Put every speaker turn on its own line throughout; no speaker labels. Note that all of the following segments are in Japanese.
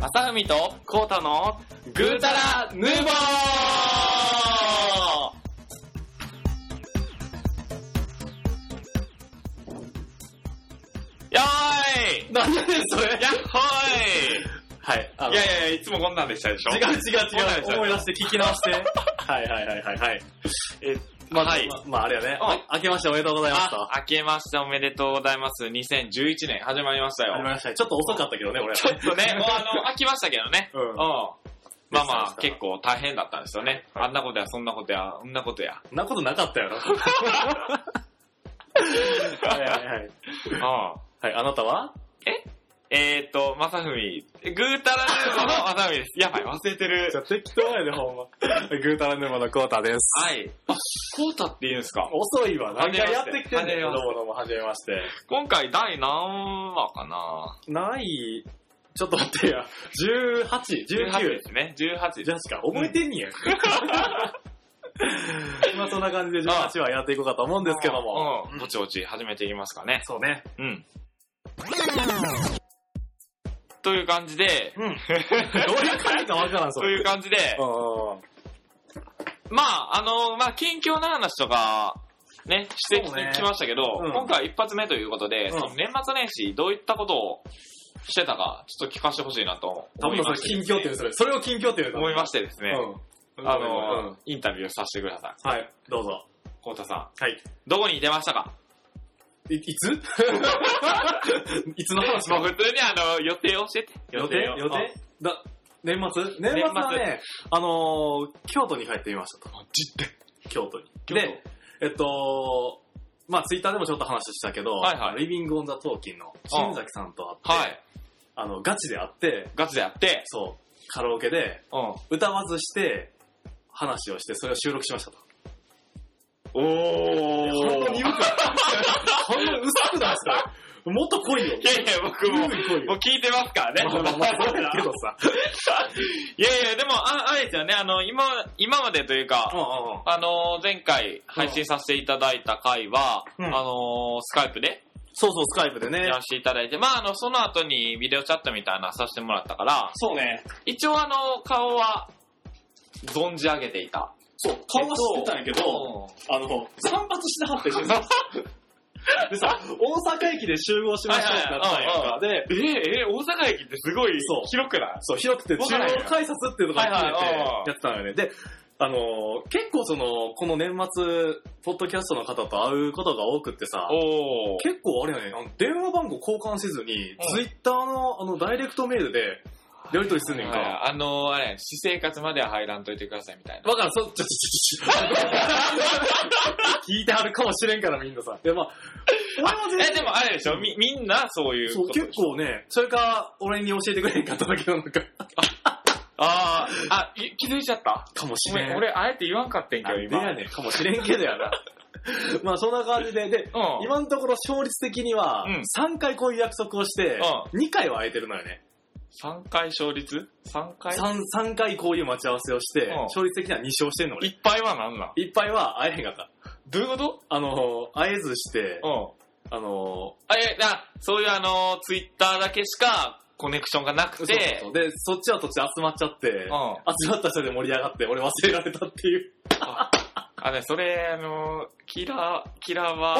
朝海とコータのグータラヌーボーよーい
なんでそれ
やっほ
はい。あ
ーい
の
いやいやいや、いつもこんなんでしたでしょ
違う違う違う。思い出
し
して聞き直して。 はいはいはいはいはい。え、まあ、
はい
まあ、まあ、あれやね。
は
あ
い
明けましておめでとうございました。
あ、明けましておめでとうございます。2011年始まりました
あり
よ。
ましたねちょっと遅かったけどね、俺ら。
ちょっとね、もうあの、飽きましたけどね。
う
うんん。まあまあ、
です
結構大変だったんですよね。あんなことや、そんなことや、こんなこと や。
そんなことなかったやろ。はいはいはい。
うん。
はい、あなたは
えーと、まさふみ、グータラヌーボーのまさふみです。やばい、忘れてる
じ。ゃあ適当やで、ほんま。グータラヌーボのコータです。
はい。あ、コータって言うんですか
遅いわ。何回やってきてんねん。
はじめまして
どうもどうも、はじめまして。
今回第何話かな
ない、ちょっと待ってや。18、
18
19
で。すね。18
じ
です。
ゃあしか覚えてんねや。まあそんな感じで18はやっていこうかと思うんですけども。
うん。ぼちぼち始めていきますかね。
そうね。
うん。という感じで、
うん。どういう感じかわからん、そ
と
れ。
いう感じで、
うんうんうん
まあ、あの、まあ、近況の話とか、ね、してき
そうね
きましたけど、
うん
今回一発目ということで、
ん
その年末年始どういったことをしてたか、ちょっと聞かせてほしいなと
多
思い
分
ま
それ
して、
近況っていう、それ。それを近況っていうの。。
思いましててです
う
ね、
ん。
あ
う
の、
ん
インタビューさせてくださ
はい、どうぞ。
い。コウタさ
はい。
ん、どこにいてましたか
い、いつ いつの話
もう普通にあの、予定を教えて。
予定
を
予定だ、年末年末はね、あのー、京都に帰ってみましたと。
マジで
京都に。
京都
で、えっと、まあツイッターでもちょっと話したけど、
はいはい
リビング・オン・ザ・トーキンの新崎さんと会って、
はい。
あの、ガチで会って、
ガチでやって、
そう、カラオケで
うん。
歌わずして、話をして、それを収録しましたと。
おー。
本当に言うかそんな薄くないっすかもっと濃いよ。
いやいや、僕も、
濃い濃い
もう
よ。
聞いてますからね。
まあ まあまあそうだけどさ。
いやいや、でも、ああれですよね、あの、今、今までというか、
う
あの、前回配信させていただいた回は、
うん
あの、スカイプで
そうそう、スカイプでね
や。らせていただいて、まあ、あの、その後にビデオチャットみたいなのさせてもらったから、
そうね。
一応あの、顔は、存じ上げていた。
そう、顔は知ってたんやけど、
う
あの、散髪してはったでしょ。でさ、大阪駅で集合しましょうってなったんやん
はい
か。で、
ん、ええ大阪駅ってすごい
そう
広くない
そう、広くて
僕
中
らや
央改札っていうところに
はい
決
はい
めて
うん
やってたのよね。で、あのー結構その、この年末、ポッドキャストの方と会うことが多くってさ、
おー。
結構あれやね、あの電話番号交換せずに、
うん
ツイッターのあの、ダイレクトメールで、やりとりすんねんか。
はいあのあれ、私生活までは入らんといてくださいみたいな。
わからん、そ、ちょ、ちょ、ちょ、ちょ 聞いてはるかもしれんからみんなさ。いや、まあ、俺は全然
え、でもあれでしょみ、みんなそういう
そ
こ
う、
とでしょ
結構ね、それか、俺に教えてくれへんかっただけなのか。
ああ、あ、い気づいちゃった。
かもし
ごめ
れ
ん、
ん。
俺、あえて言わんかってんけ
な
ど、
んで
今。
やねんかもしれんけ どやな。まあ、そんな感じで、で、
うん。
今のところ勝率的には
うん、
3回こういう約束をして、2回は空いてるのよね。
3回勝率 ?3 回
3, 三回こういう待ち合わせをして
うん、
勝率的には2勝してんの俺。
いっぱいはなんなん
いっぱいは会えへんかった。
どういうこと
あのー、会えずして、
うん。
あの
あ、え、な、そういうあの、ツイッターだけしかコネクションがなく
ー、
て、
そうそうそうで、そっちはそっちで集まっちゃって
うん。、あ
集まった人で盛り上がって、俺忘れられたっていう。
あね、それ、あの、キラー、キラーは、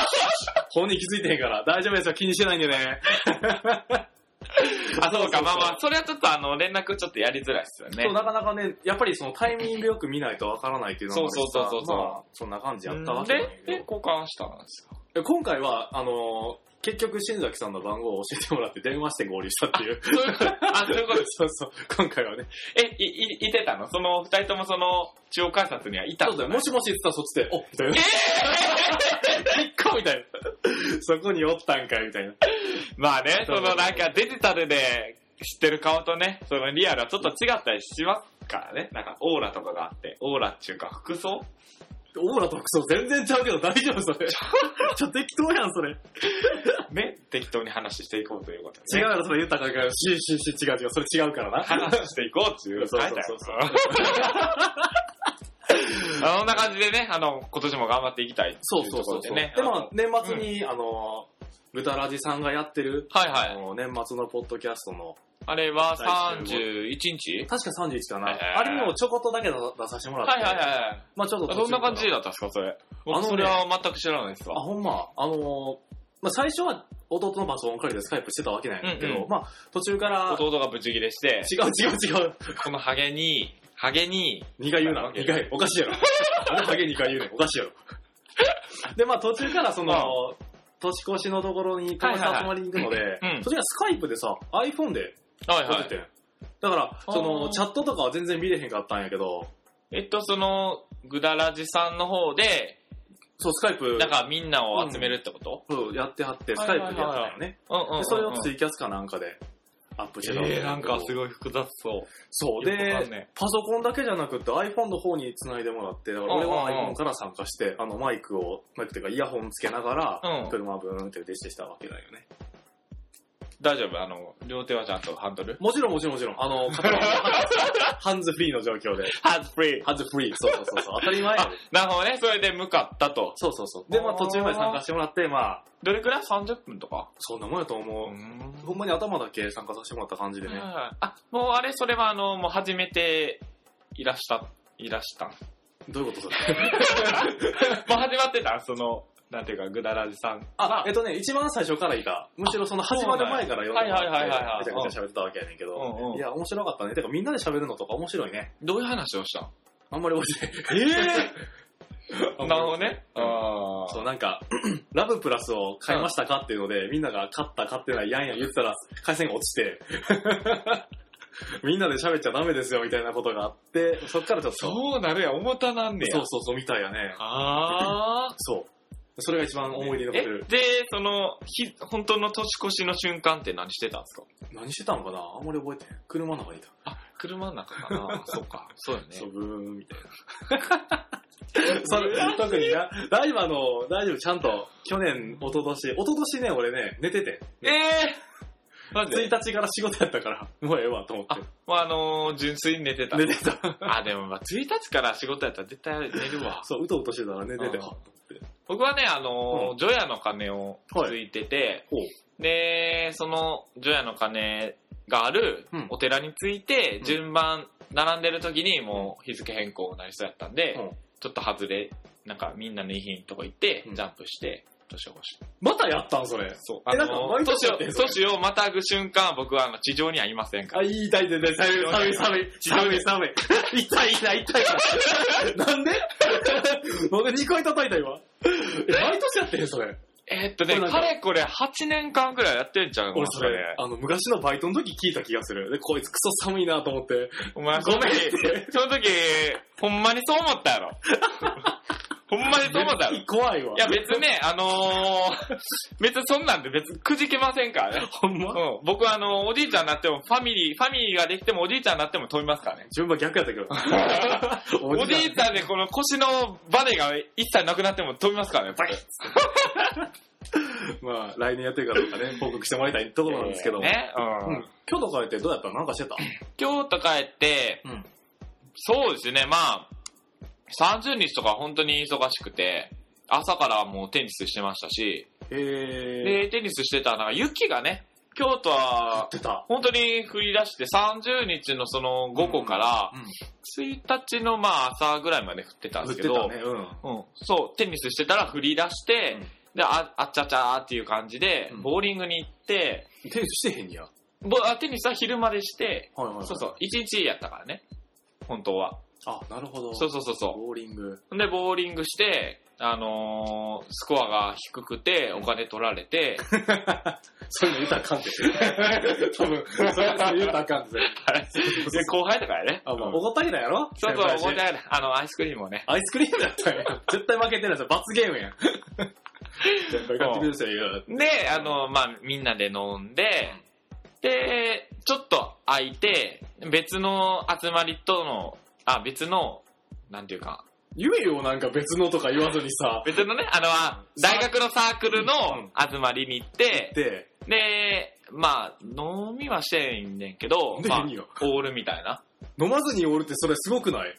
本人気づいてへんから、大丈夫ですよ、気にしてないんでね。
あ、そうか、
そうそうそう
まあまあ、それはちょっとあの、連絡ちょっとやりづらいっすよね
そう、。なかなかね、やっぱりそのタイミングよく見ないとわからないっていうのもあるし
そうそうそうそうそう
まあ、そんな感じやったわけなんや
で、
け
で
ど、
交換したんですか
え今回は、あのー結局、新崎さんの番号を教えてもらって電話して合流したっていう。
そういうことあ、そういうこと
そうそう、今回はね。
え、い、い、いてたのその、二人ともその、中央改札にはいた
そうだよもしもしって言ったらそっちで、おっみたいな。えっこみたいな。そこにおったんかいみたいな。
まあね、
そ
そうのなんかデジタルで知ってる顔とね、そのリアルはちょっと違ったりしますからね。なんかオーラとかがあって、オーラっていうか服装
オーラと服装全然ちゃうけど大丈夫それ。ちょ、適当やん、それ。
ね、適当に話していこうということで、
違
ね。
うやろ、それ言ったらあかんから。し、し、し、違う違う。それ違うからな。
話していこうっていう書いてある。
そうそう
あ そんな感じでね、あの、今年も頑張っていきたいって
そう
いう
そ
とこ
うそ
ろ
う
で
そう。
ね。
で、まあ、年末に、あの、ブタラジさんがやってる、
あのはい
あ
はい。
の、年末のポッドキャストの
あれは
最終
31日
確か31かな。
はいはいはい
あれにもちょこっとだけ出させてもらって。
はいはいはい。
まあちょっと
どんな感じだったんですか、それ。僕
あのね
それは全く知らないです
あ、
わ。
ほんま。あのーまあ最初は弟のパソコン借りてスカイプしてたわけなんやけど、
うんうん
まあ途中から、違
弟がブチギレして、
う違う違う。
このハゲに、ハゲに、
2回言うな。2回。おかし いやろ。あれハゲ2回言うね。おかしいやろ。で、まあ途中からその、
うん
年越しのところに友達と集まりに行くので、
うん
途中からスカイプでさ、iPhone で
はい
撮
は
ってて
い。
んだから、そ
あー
の、チャットとかは全然見れへんかったんやけど、
えっと、その、グダラジさんの方で、
そう、スカイプ、
なんかみんなを集めるってこと
そうやってはって、スカイプでやったんよね。
うんうんうんう
で
ん。
それをツイキャスかなんかでアップしてたわけ
えー、なんかす
い。
ごい複雑そう。
そう。
よくわかん
で、
ね
パソコンだけじゃなくて iPhone の方に繋いでもらって、だから俺
うんうんう
は
ん
iPhone から参加して、あのマイクを、マイクっていうかイヤホンつけなが
う
ら
ん、
車ブーンってデッシュしたわけだよね。
大丈夫あの、両手はちゃんとハンドル
もちろんもちろんもちろん、あの、 片方ハンズフリーの状況で。
ハンズフリー。
ハンズフリー。そうそうそうそう。当たり前やで。
なるほどね。それで向かったと。
そうそうそう。で、まあ途中まで参加してもらって、まあ、
どれくらい ?30 分とか
そんなもんやと思う。
ん
ほんまに頭だけ参加させてもらった感じでね。
あ、もうあれ、それはあの、もう初めていらした、いらしたん。 も
どういうことだ
う始まってたんその、なんていうか、ぐだらじさん。
あ、えっとね、一番最初からいた。むしろその始まる前から読んでもらって
はいはいはいはいはい
めちゃくちゃ喋ってたわけやねんけ
う
ど。
ん
いや、面白かったね。てかみんなで喋るのとか面白いね。
どういう話をしたん
あんまり覚えてない。 え
なるほどね。
うん
あ
そう、なんか、 ラブプラスを買いましたかっていうので、みんなが買った買ってないやんやん言ってたら、回線が落ちて、 みんなで喋っちゃダメですよみたいなことがあって、そっからちょっと、
そうなるやん、重たなんねや。
そうそうそうみたいやね。
ああ。
そう。それが一番思い出に残
え
ってる。、
で、その、ひ、本当の年越しの瞬間って何してたんですか
何してたのかなあんまり覚えてない。車の中にいた。
車の中か なそうか。そうよね。
そう、ブーンみたい な。それ特にな、大丈夫あの、大丈夫、ちゃんと、去年、一昨年一昨年ね、俺ね、寝てて。
ええー、マジ
1
で
日から仕事やったから、もうええわと思って。
まあ、あのー純粋に寝てた。
寝てた。
あ、でもまあ、1日から仕事やったら絶対寝るわ。
そう、うとうとしてたら寝てて。
うん
はっ
僕はね、あのー
う
除夜の鐘を
はい
ついてて、
ほう
で、その除夜の鐘がある
うん
お寺について、
うん
順番並んでる時にもう日付変更になりそうやったんで、
うん
ちょっと外れ、なんかみんなの遺品とこ行って
う、ん
ジャンプして、年を越し。
またやったんそれ。
そう。あ
え
の
なんか
ー、
毎年
年
や
を、
ってんそれ
年をまたぐ瞬間、僕はあの地上にはいませんから。
あ、いい痛い痛 い痛い寒い寒い寒い 寒い痛い痛い痛い痛い なん でなんで2回叩いた今。え毎年やってんそれ。
えーっとね、
これなん
か
か
れこれ8年間くらいやってんちゃう
俺それ、
か
あの、昔のバイトの時聞いた気がする。で、こいつクソ寒いなと思って。
ねお前、
ごめんっ
その時
て。
その時、ほんまにそう思ったや ろ。ほんまにそう思ったやろ。 い
怖いわ。
や別にね、あのー、別にそんなんで別にくじけませんからね。
ほん
う
ま
ん、僕はあのー、おじいちゃんになっても、ファミリー、ファミリーができてもおじいちゃんになっても飛びますからね。
順番逆やったけ ど。
おじいちゃんでこの腰のバネが一切なくなっても飛びますからね。バキッ
まあ、来年やってるかどう かね、報告してもらいたいところなんですけど。
ね。
う
うんん。
今日とかやってどうやったなんかしてた
京都帰って、
うん
そうですね、まあ、30日とか本当に忙しくて、朝からもうテニスしてましたし、
へえ。
で、テニスしてたら、なんか雪がね、京都
や
は
ってた。
本当に降り出して30日のその午後から
うん
1日のまあ朝ぐらいまで降ってたんで
売っ
すけ
て
ど、
たね。うん。
うん、そう、テニスしてたら降り出して、
うん
で、ああっちゃちゃーっていう感じで
うん、
ボーリングに行って、
テニスしてへんにや。はい
ぼあテニスは昼までして、
はいはい。
そうそう、1日やったからね、本当は。
あ、なるほど。
そうそうそうそう。
ボーリング。
で、ボーリングして、あのースコアが低くて、お金取られて、
そういうの言うたらあかんて。 多分、そういうの言うたら あかんて。
で後輩だからね。
あ、まあ、
うん
おごったげたやろ
そうそう、
先輩
思いながら、あの、アイスクリームをね。
アイスクリームだったんや。絶対負けてないですよ。罰ゲーム やん。先輩買ってくださいよ。
で、あの、まあ、みんなで飲んで、で、ちょっと空いて、別の集まりとの、あ、別の、なんていうか、
言えよ、なんか別のとか言わずにさ。
別のね、あの、あ大学のサークルの
うん
集まりに行って、
で、
で、まあ、飲みはしてんねんけど、
で
まあ
何よ、
オールみたいな。
飲まずにおるってそれすごくない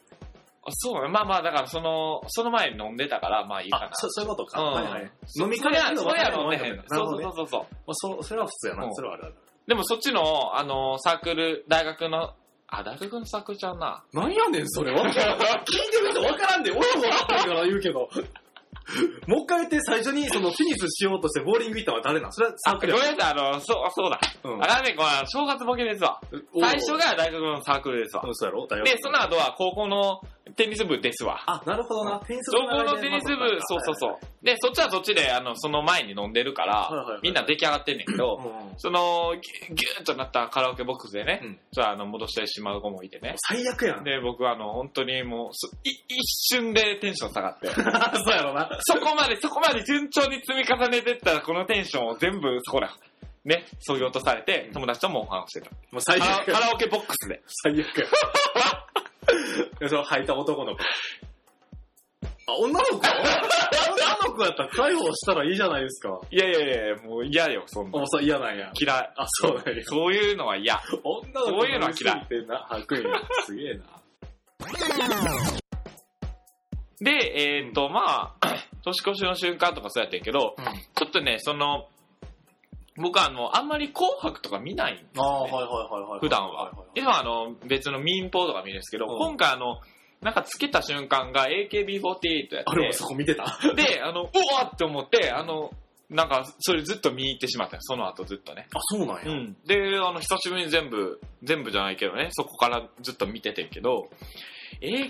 あそうね。まあまあ、だからその、その前に飲んでたから、まあいいかな。
そそういうことか。
うん
はいはい。
そ
飲み
そ
会
れは、
やるの
それは飲ん
ね
でへん。
な
そ
る
うそ
ほど
う
ね。
そうそう。
まあ、そそれは普通や
う
な。
ん
それはあるある。
でもそっちの、あの、サークル、大学の、あ、大学のサークルちゃうな。
なんやねん、それ。わからん。聞いてる人わからんで、俺もわかんないから言うけど。もう一回言って、最初にそのテニスしようとしてボーリング行ったのは誰なんそれはサークル
ご
や
めんなさい、あの、そう、そうだ。
ろ。うん
あらね、これ、正月ボケですわ。最初が大学のサークルですわ
う。ん、そうやろ大学
で、その後は高校のテニス部ですわ。
あ、なるほどな。テニス。
高校のテニス部、そうそうそうう。で、そっちはそっちで、あの、その前に飲んでるか
はいはいは
ら
い、
みんな出来上がってんねんけど、
うん
その、ぎゅぎゅーっとなったカラオケボックスでね、
うん
ちょっとあの、戻してしまう子もいてね。
最悪 やん。
で、僕はあの、本当にもう、そい一瞬でテンション下がって、
そうやろな。
そこまで、そこまで順調に積み重ねてったら、このテンションを全部、そこら、ね、削ぎ落とされて、友達ともう話してた。
もう最
カラ
悪
カラオケボックスで。
最悪や。でその履いた男の子。あ、女の子女の子やったら逮捕したらいいじゃないですか。
いやいやいや、もう嫌よ、そんな
あ、。そう、嫌なんや。
嫌い。
あ、そうなんや。
そういうのは嫌。
女の子
そういうのは嫌い
ってな、吐くんや。すげえな。
で、えっと、まあ、 年越しの瞬間とかそうやってんけど、
あ
ちょっとね、その、僕はあの、あんまり紅白とか見ないんです
あ、
よ、
はい
ね。
はいはいはい。
普段
い。
はい
い
今あの、別の民放とか見るんですけど、
うん
今回あの、なんかつけた瞬間が AKB48 や
あれも
っ
そこ見てた
て、で、あの、うわって思って、あの、なんか、それずっと見に行ってしまったよその後ずっとね。
あ、そうなんや。
うん。で、あの、久しぶりに全部、全部じゃないけどね、そこからずっと見ててんけど、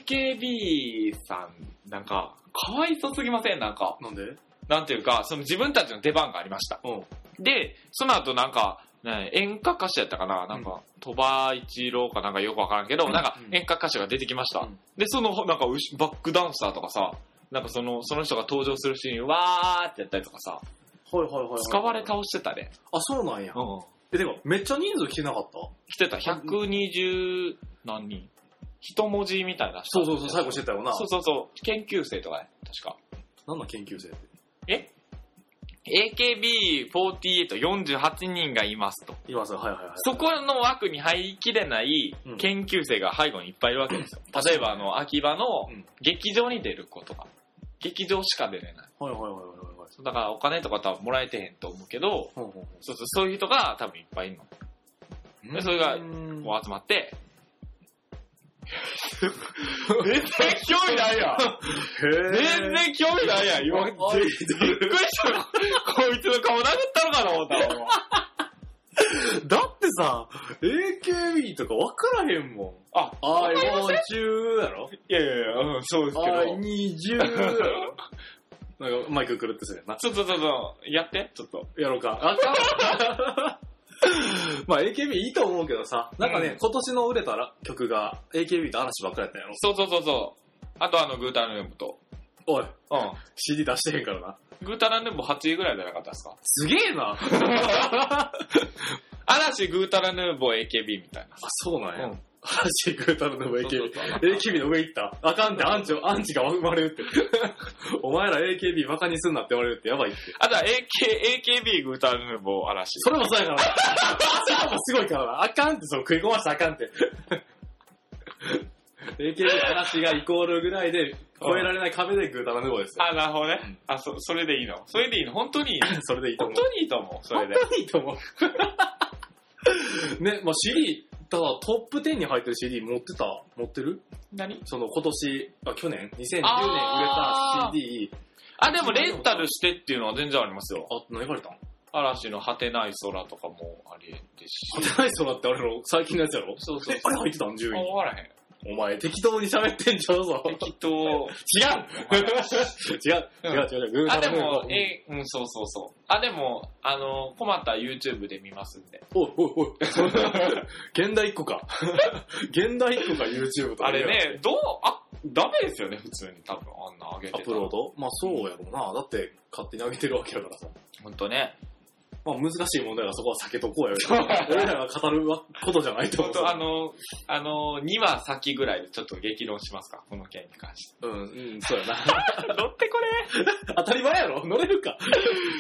AKB さん、なんか、かわいそうすぎませんなんか、
なんで
なんていうか、その自分たちの出番がありました。
うん。
で、その後なんか、ね演歌歌手やったかななんか、鳥羽一郎かなんかよくわからんけど、
うん
なんか
うん
演歌歌手が出てきました。
うん
で、その、なんかうし、バックダンサーとかさ、なんかその、その人が登場するシーン、わーってやったりとかさ、
はいはいはいはい。
使われ。倒してたね。
あ、そうなんや
う。ん。
え、でも、めっちゃ人数来てなかった
来てた、120何人一文字みたいな人
そうそうそう、最後してたよな。
そうそうそう、研究生とかね、確か。
何の研究生って。
え ?AKB4848 人がいますと。
います、はいはいはい。
そこの枠に入りきれない
うん
研究生が背後にいっぱいいるわけですよ。
うん
例えば、あの、秋葉の
うん
劇場に出る子とか、劇場しか出れない。
はいはいはいはいはい。
そうだからお金とか多分もらえてへんと思うけど、
ほうほうほ
そうそう、そういう人が多分いっぱいいるの。
う
でそれが
うん
こう集まって、全然興味ないやん 全然興味ないやん今、びっ
あ
くりした。こいつの顔殴ったのかな思ったわ。
だってさ、AKB とか分からへんもん。
あ、
I
わかりま
want you だろ
いやいやいや、うん、そうですけ
?I
ど。
need you だろなんかマイク狂ってするやんな。
ちょっとちょっと、やって、ちょっと。
やろうか。あかん まあ AKB いいと思うけどさ、なんかね、
うん
今年の売れたら曲が AKB と嵐ばっかりやったんやろ。
そうそうそうそう。あとあの、グータラヌーボと。
おい、
う
CD 出してへんからな。
ん。グータラヌーボ8位ぐらいじゃなかったですか
すげえな あ、
嵐、グータラヌーボ、AKB みたいな。
そうなんや。
うん
嵐くれたのでも AKB
そうそうそう
AKB の上行った。あかんって、アンチ、アンチが生まれるって。 お前ら AKB バカにすんなって言われるってやばいって。
あとは AK、AKB、グータラヌーボ、嵐。
それもそうやからな。それもすごいからな。あかんって、その食い込ましたらあかんって。AKB 嵐がイコールぐらいで、超えられない壁でグータラヌーボーですよ。
あ、なるほど
うん
ね。あ、そ、それでいいの。それでいいの。本当にいいの。
それでいいと
本
思う。
当にいいと思う。それで。
本当にいいと思う。ね、まあ CD、ただトップ10に入ってる CD 持ってた持ってる
何
その今年、あ、去年 ?2010 年売れた
あー
CD、
あ、でもレンタルしてっていうのは全然ありますよ。
あ、何借りたん
嵐の果てない空とかもありえてし。
勝てない空ってあれの最近のやつやろ
そうそう
えあれ入ってたん
あ、
?10
わからへん。
位。お前適当に喋ってんじゃ んぞ。
適当。
違う違う違う違う違う。
あ、でも、
うん
え、うん、そうそうそう。あ、でも、あの、困ったら YouTube で見ますんで。
おいおいおい。現代一個か。現代一個か YouTube とか。
あれ。ね、どう、あ、ダメですよね、普通に多分、あんな上げて
ア
た
ップロードまあそうやろうな。だって勝手に上げてるわけだからさ。
ほんとね。
まあ難しい問題はそこは避けと こうやよ。俺らが語ることじゃないと
ほ
思
ん
う。
と、あの、あの、2話先ぐらいでちょっと激論しますか、この件に関 して。
うん、うん、そうやな。
乗ってこれ
当たり前やろ乗れるか。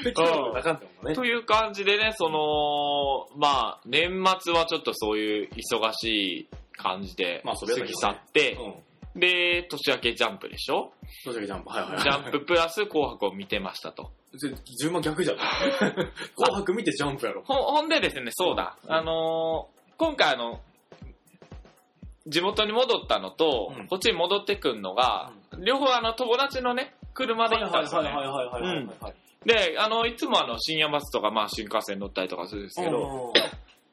適当になかんってもんね。
という感じでね、その、まあ、年末はちょっとそういう忙しい感じで、
まあそれだけ
過
どね
ぎ去って、
うん。
で、年明けジャンプでしょ
正直ジャンプ。はいはいはい。
ジャンププラス紅白を見てましたと。
で順番 逆じゃん。紅白見てジャンプやろ。
ほほんでですね、そうだ、
うん
あのー今回あの、地元に戻ったのと、
うん
こっちに戻ってくんのが、両方あの友達のね、車で行ったんですよね。
はい
はいで、あの、いつもあの、深夜バスとか、まあ、新幹線乗ったりとかするんですけど、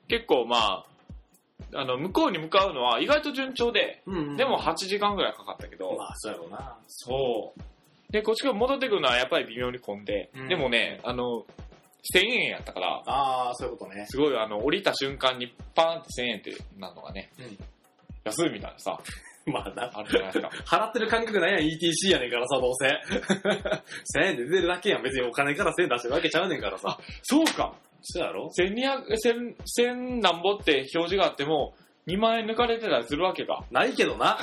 結構まあ、あの、向こうに向かうのは意外と順調で、
うん
でも8時間ぐらいかかったけど、
まあ、そうやろうな。
そう。で、こっちから戻ってくるのはやっぱり微妙に混んで、
うん
でもね、あの、1000円やったから、
ああ、そういうことね。
すごいあの、降りた瞬間にパーンって1000円ってなるのがね、
うん
安いみたいなさ、
まあな。
あるじゃないですか。
払ってる感覚ないやん、ETC やねんからさ、どうせ。1000円で出てるだけやん。別にお金から1000円出してるわけちゃうねんからさ。
そうか
そうやろ
!1200、1000、1000なんぼって表示があっても、2万円抜かれてたりするわけか。
ないけどな。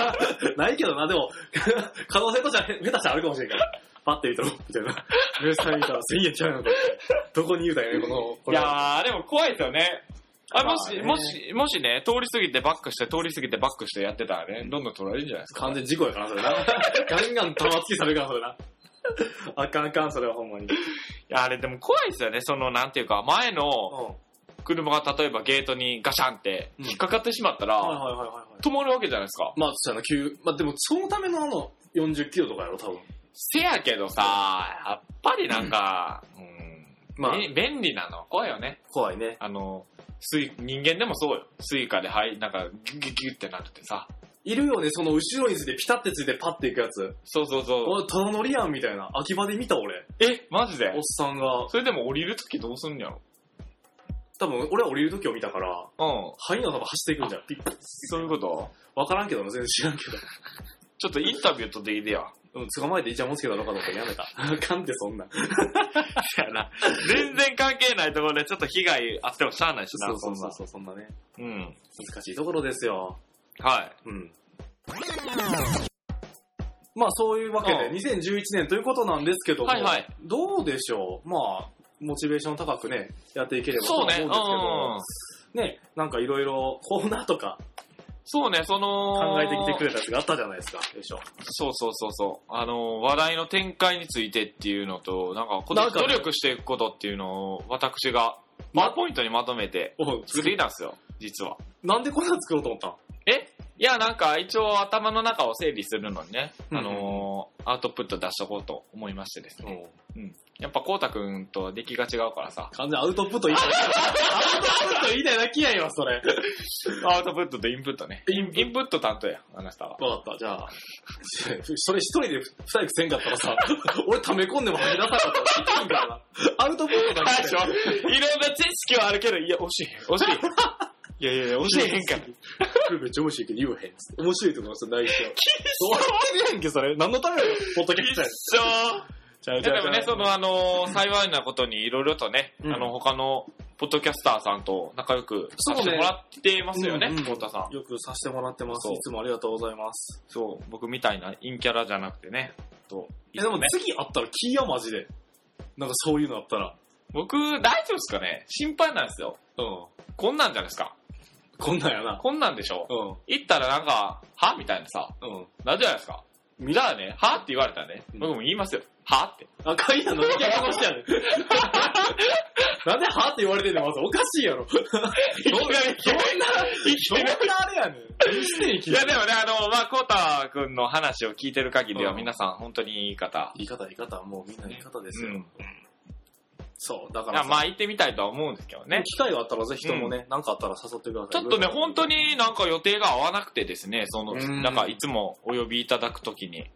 ないけどな、でも、 可能性としては下手したらあるかもしれんから。パッて見たら、みたい な。レースタイ見たら1000円ちゃうのか どこに言うたんやね、この、こ
い
れ。
やー、でも怖いですよね。あ
まあ
もし、
ね
もし、もしね、通り過ぎてバックして、通り過ぎてバックしてやってたらね、どんどん取られるんじゃないですか。
完全事故やから、そ れな。ガンガン玉突きされるから、それな。あかんあかん、それはほんまに。
いや、あれでも怖いですよね。その、なんていうか、前の車が例えばゲートにガシャンって
うん
引っかかってしまったら、
はいはいはいはいはい。
止まるわけじゃないですか。
まあ、そうやな、急、まあでも、そのためのあの、40キロとかやろ、多分。
せやけどさ、やっぱりなんか、うん、
まあ、
べ便利なのは怖いよね。
怖いね。
あの、スイ、人間でもそうよ。スイカで、はい、なんか、ギュッギュッギュッってなってさ。
いるよね、その後ろについてピタってついてパッていくやつ。
そうそうそう。
俺、ただ乗りやんみたいな。秋葉で見た俺。
え、マジで
おっさんが。
それでも降りるときどうすんのやろ
多分、俺は降りる時を見たから、
うん。
範囲の多分走っていくんじゃん。ピッ
そういうこと
わからんけどな、全然知らんけど。
ちょっとインタビューとできてよ。
でも捕まえてイチャモンつけたのかどうかやめた。あ かんって、そんなん。
全然関係ないところでちょっと被害あってもしゃあないしな、
そうそうそうそう、そんなね。
そんなうん。
難しいところですよ。
はい。
うん。まあそういうわけで、
うん
2011年ということなんですけども、
はいはい
どうでしょうまあ、モチベーション高くね、やっていければ
そ
と思
う
うんです
ね、う
け
ん。
ど、ね、なんかいろいろコーナーとか
そうね、その、
考えてきてくれたやつがあったじゃないですか。よいしょ。
そうそうそうそう。あの、話題の展開についてっていうのと、なんか、この
なんか
努力していくことっていうのを、私が、
ま
ワンポイントにまとめて、
お
作り出すよ、実は。
なんでこんなの作ろうと思ったん
えいや、なんか、一応頭の中を整理するのにね、
うん
あのーアウトプット出しとこうと思いましてですね。
うん
やっぱ、こうたくんと出来が違うからさ、
完全アウトプット言いたい。アウトプット言いたいだけやよ、それ。
アウトプットとインプットね。
イン
インプット担当や、あなたは。
わかった、じゃあ。それ一人で二人せんかったらさ、 俺溜め込んでも吐き出さなかったらできんからな。アウトプットだけ
でしょいろんな知識はあるけど、いや、惜しい、惜し い。いやいやいや、惜しいへんから。
めっちゃ面白いけど言わへんっつって。面白いと思いますよ、な いしよ。どうやってんけ、それ。何のためのポッドキャストやねん
一緒
ちゃう
い
ち
やで
ゃうちゃ
も
う
ね、そのあのー、幸いなことにいろいろとね、
うん
あの、他の、ポッドキャスターさんと仲良く
そ
さ
う
せ
ね
てもらってますよね
うんうん、
コウタさん。
よくさせてもらってます。
そう
いつもありがとうございます。
そう、僕みたいな陰キャラじゃなくてね。
え、でも次あったら聞いや、マジで。なんかそういうのあったら。
僕、大丈夫ですかね心配なんですよ。
うん。
こんなんじゃないですか。
こんなんやな。
こんなんでしょ
うん。
行ったらなんか、はみたいなさ、
うん。
なんじゃないですか。みんなね、はって言われたらね、
うん
僕も言いますよ。はって。
あ、かんやの逆のして やねん。なんではって言われてんのまずおかしいやろ。
そんな、そんな、
どんなあれやねん。何してんねん
いやでもね、あの、まあ、コウタくんの話を聞いてる限りでは
うん
皆さん本当にいい方。
言い方、言い方、もうみんな言い方ですよ。
うん
そう、だか
いや
らさ、
まあ行ってみたいとは思うんですけどね。
機会があったらぜひともね、なんかあったら誘ってくだ
ち
さい。
ょっとね、本当になんか予定が合わなくてですね、その、
うん
なんかいつもお呼びいただくときに。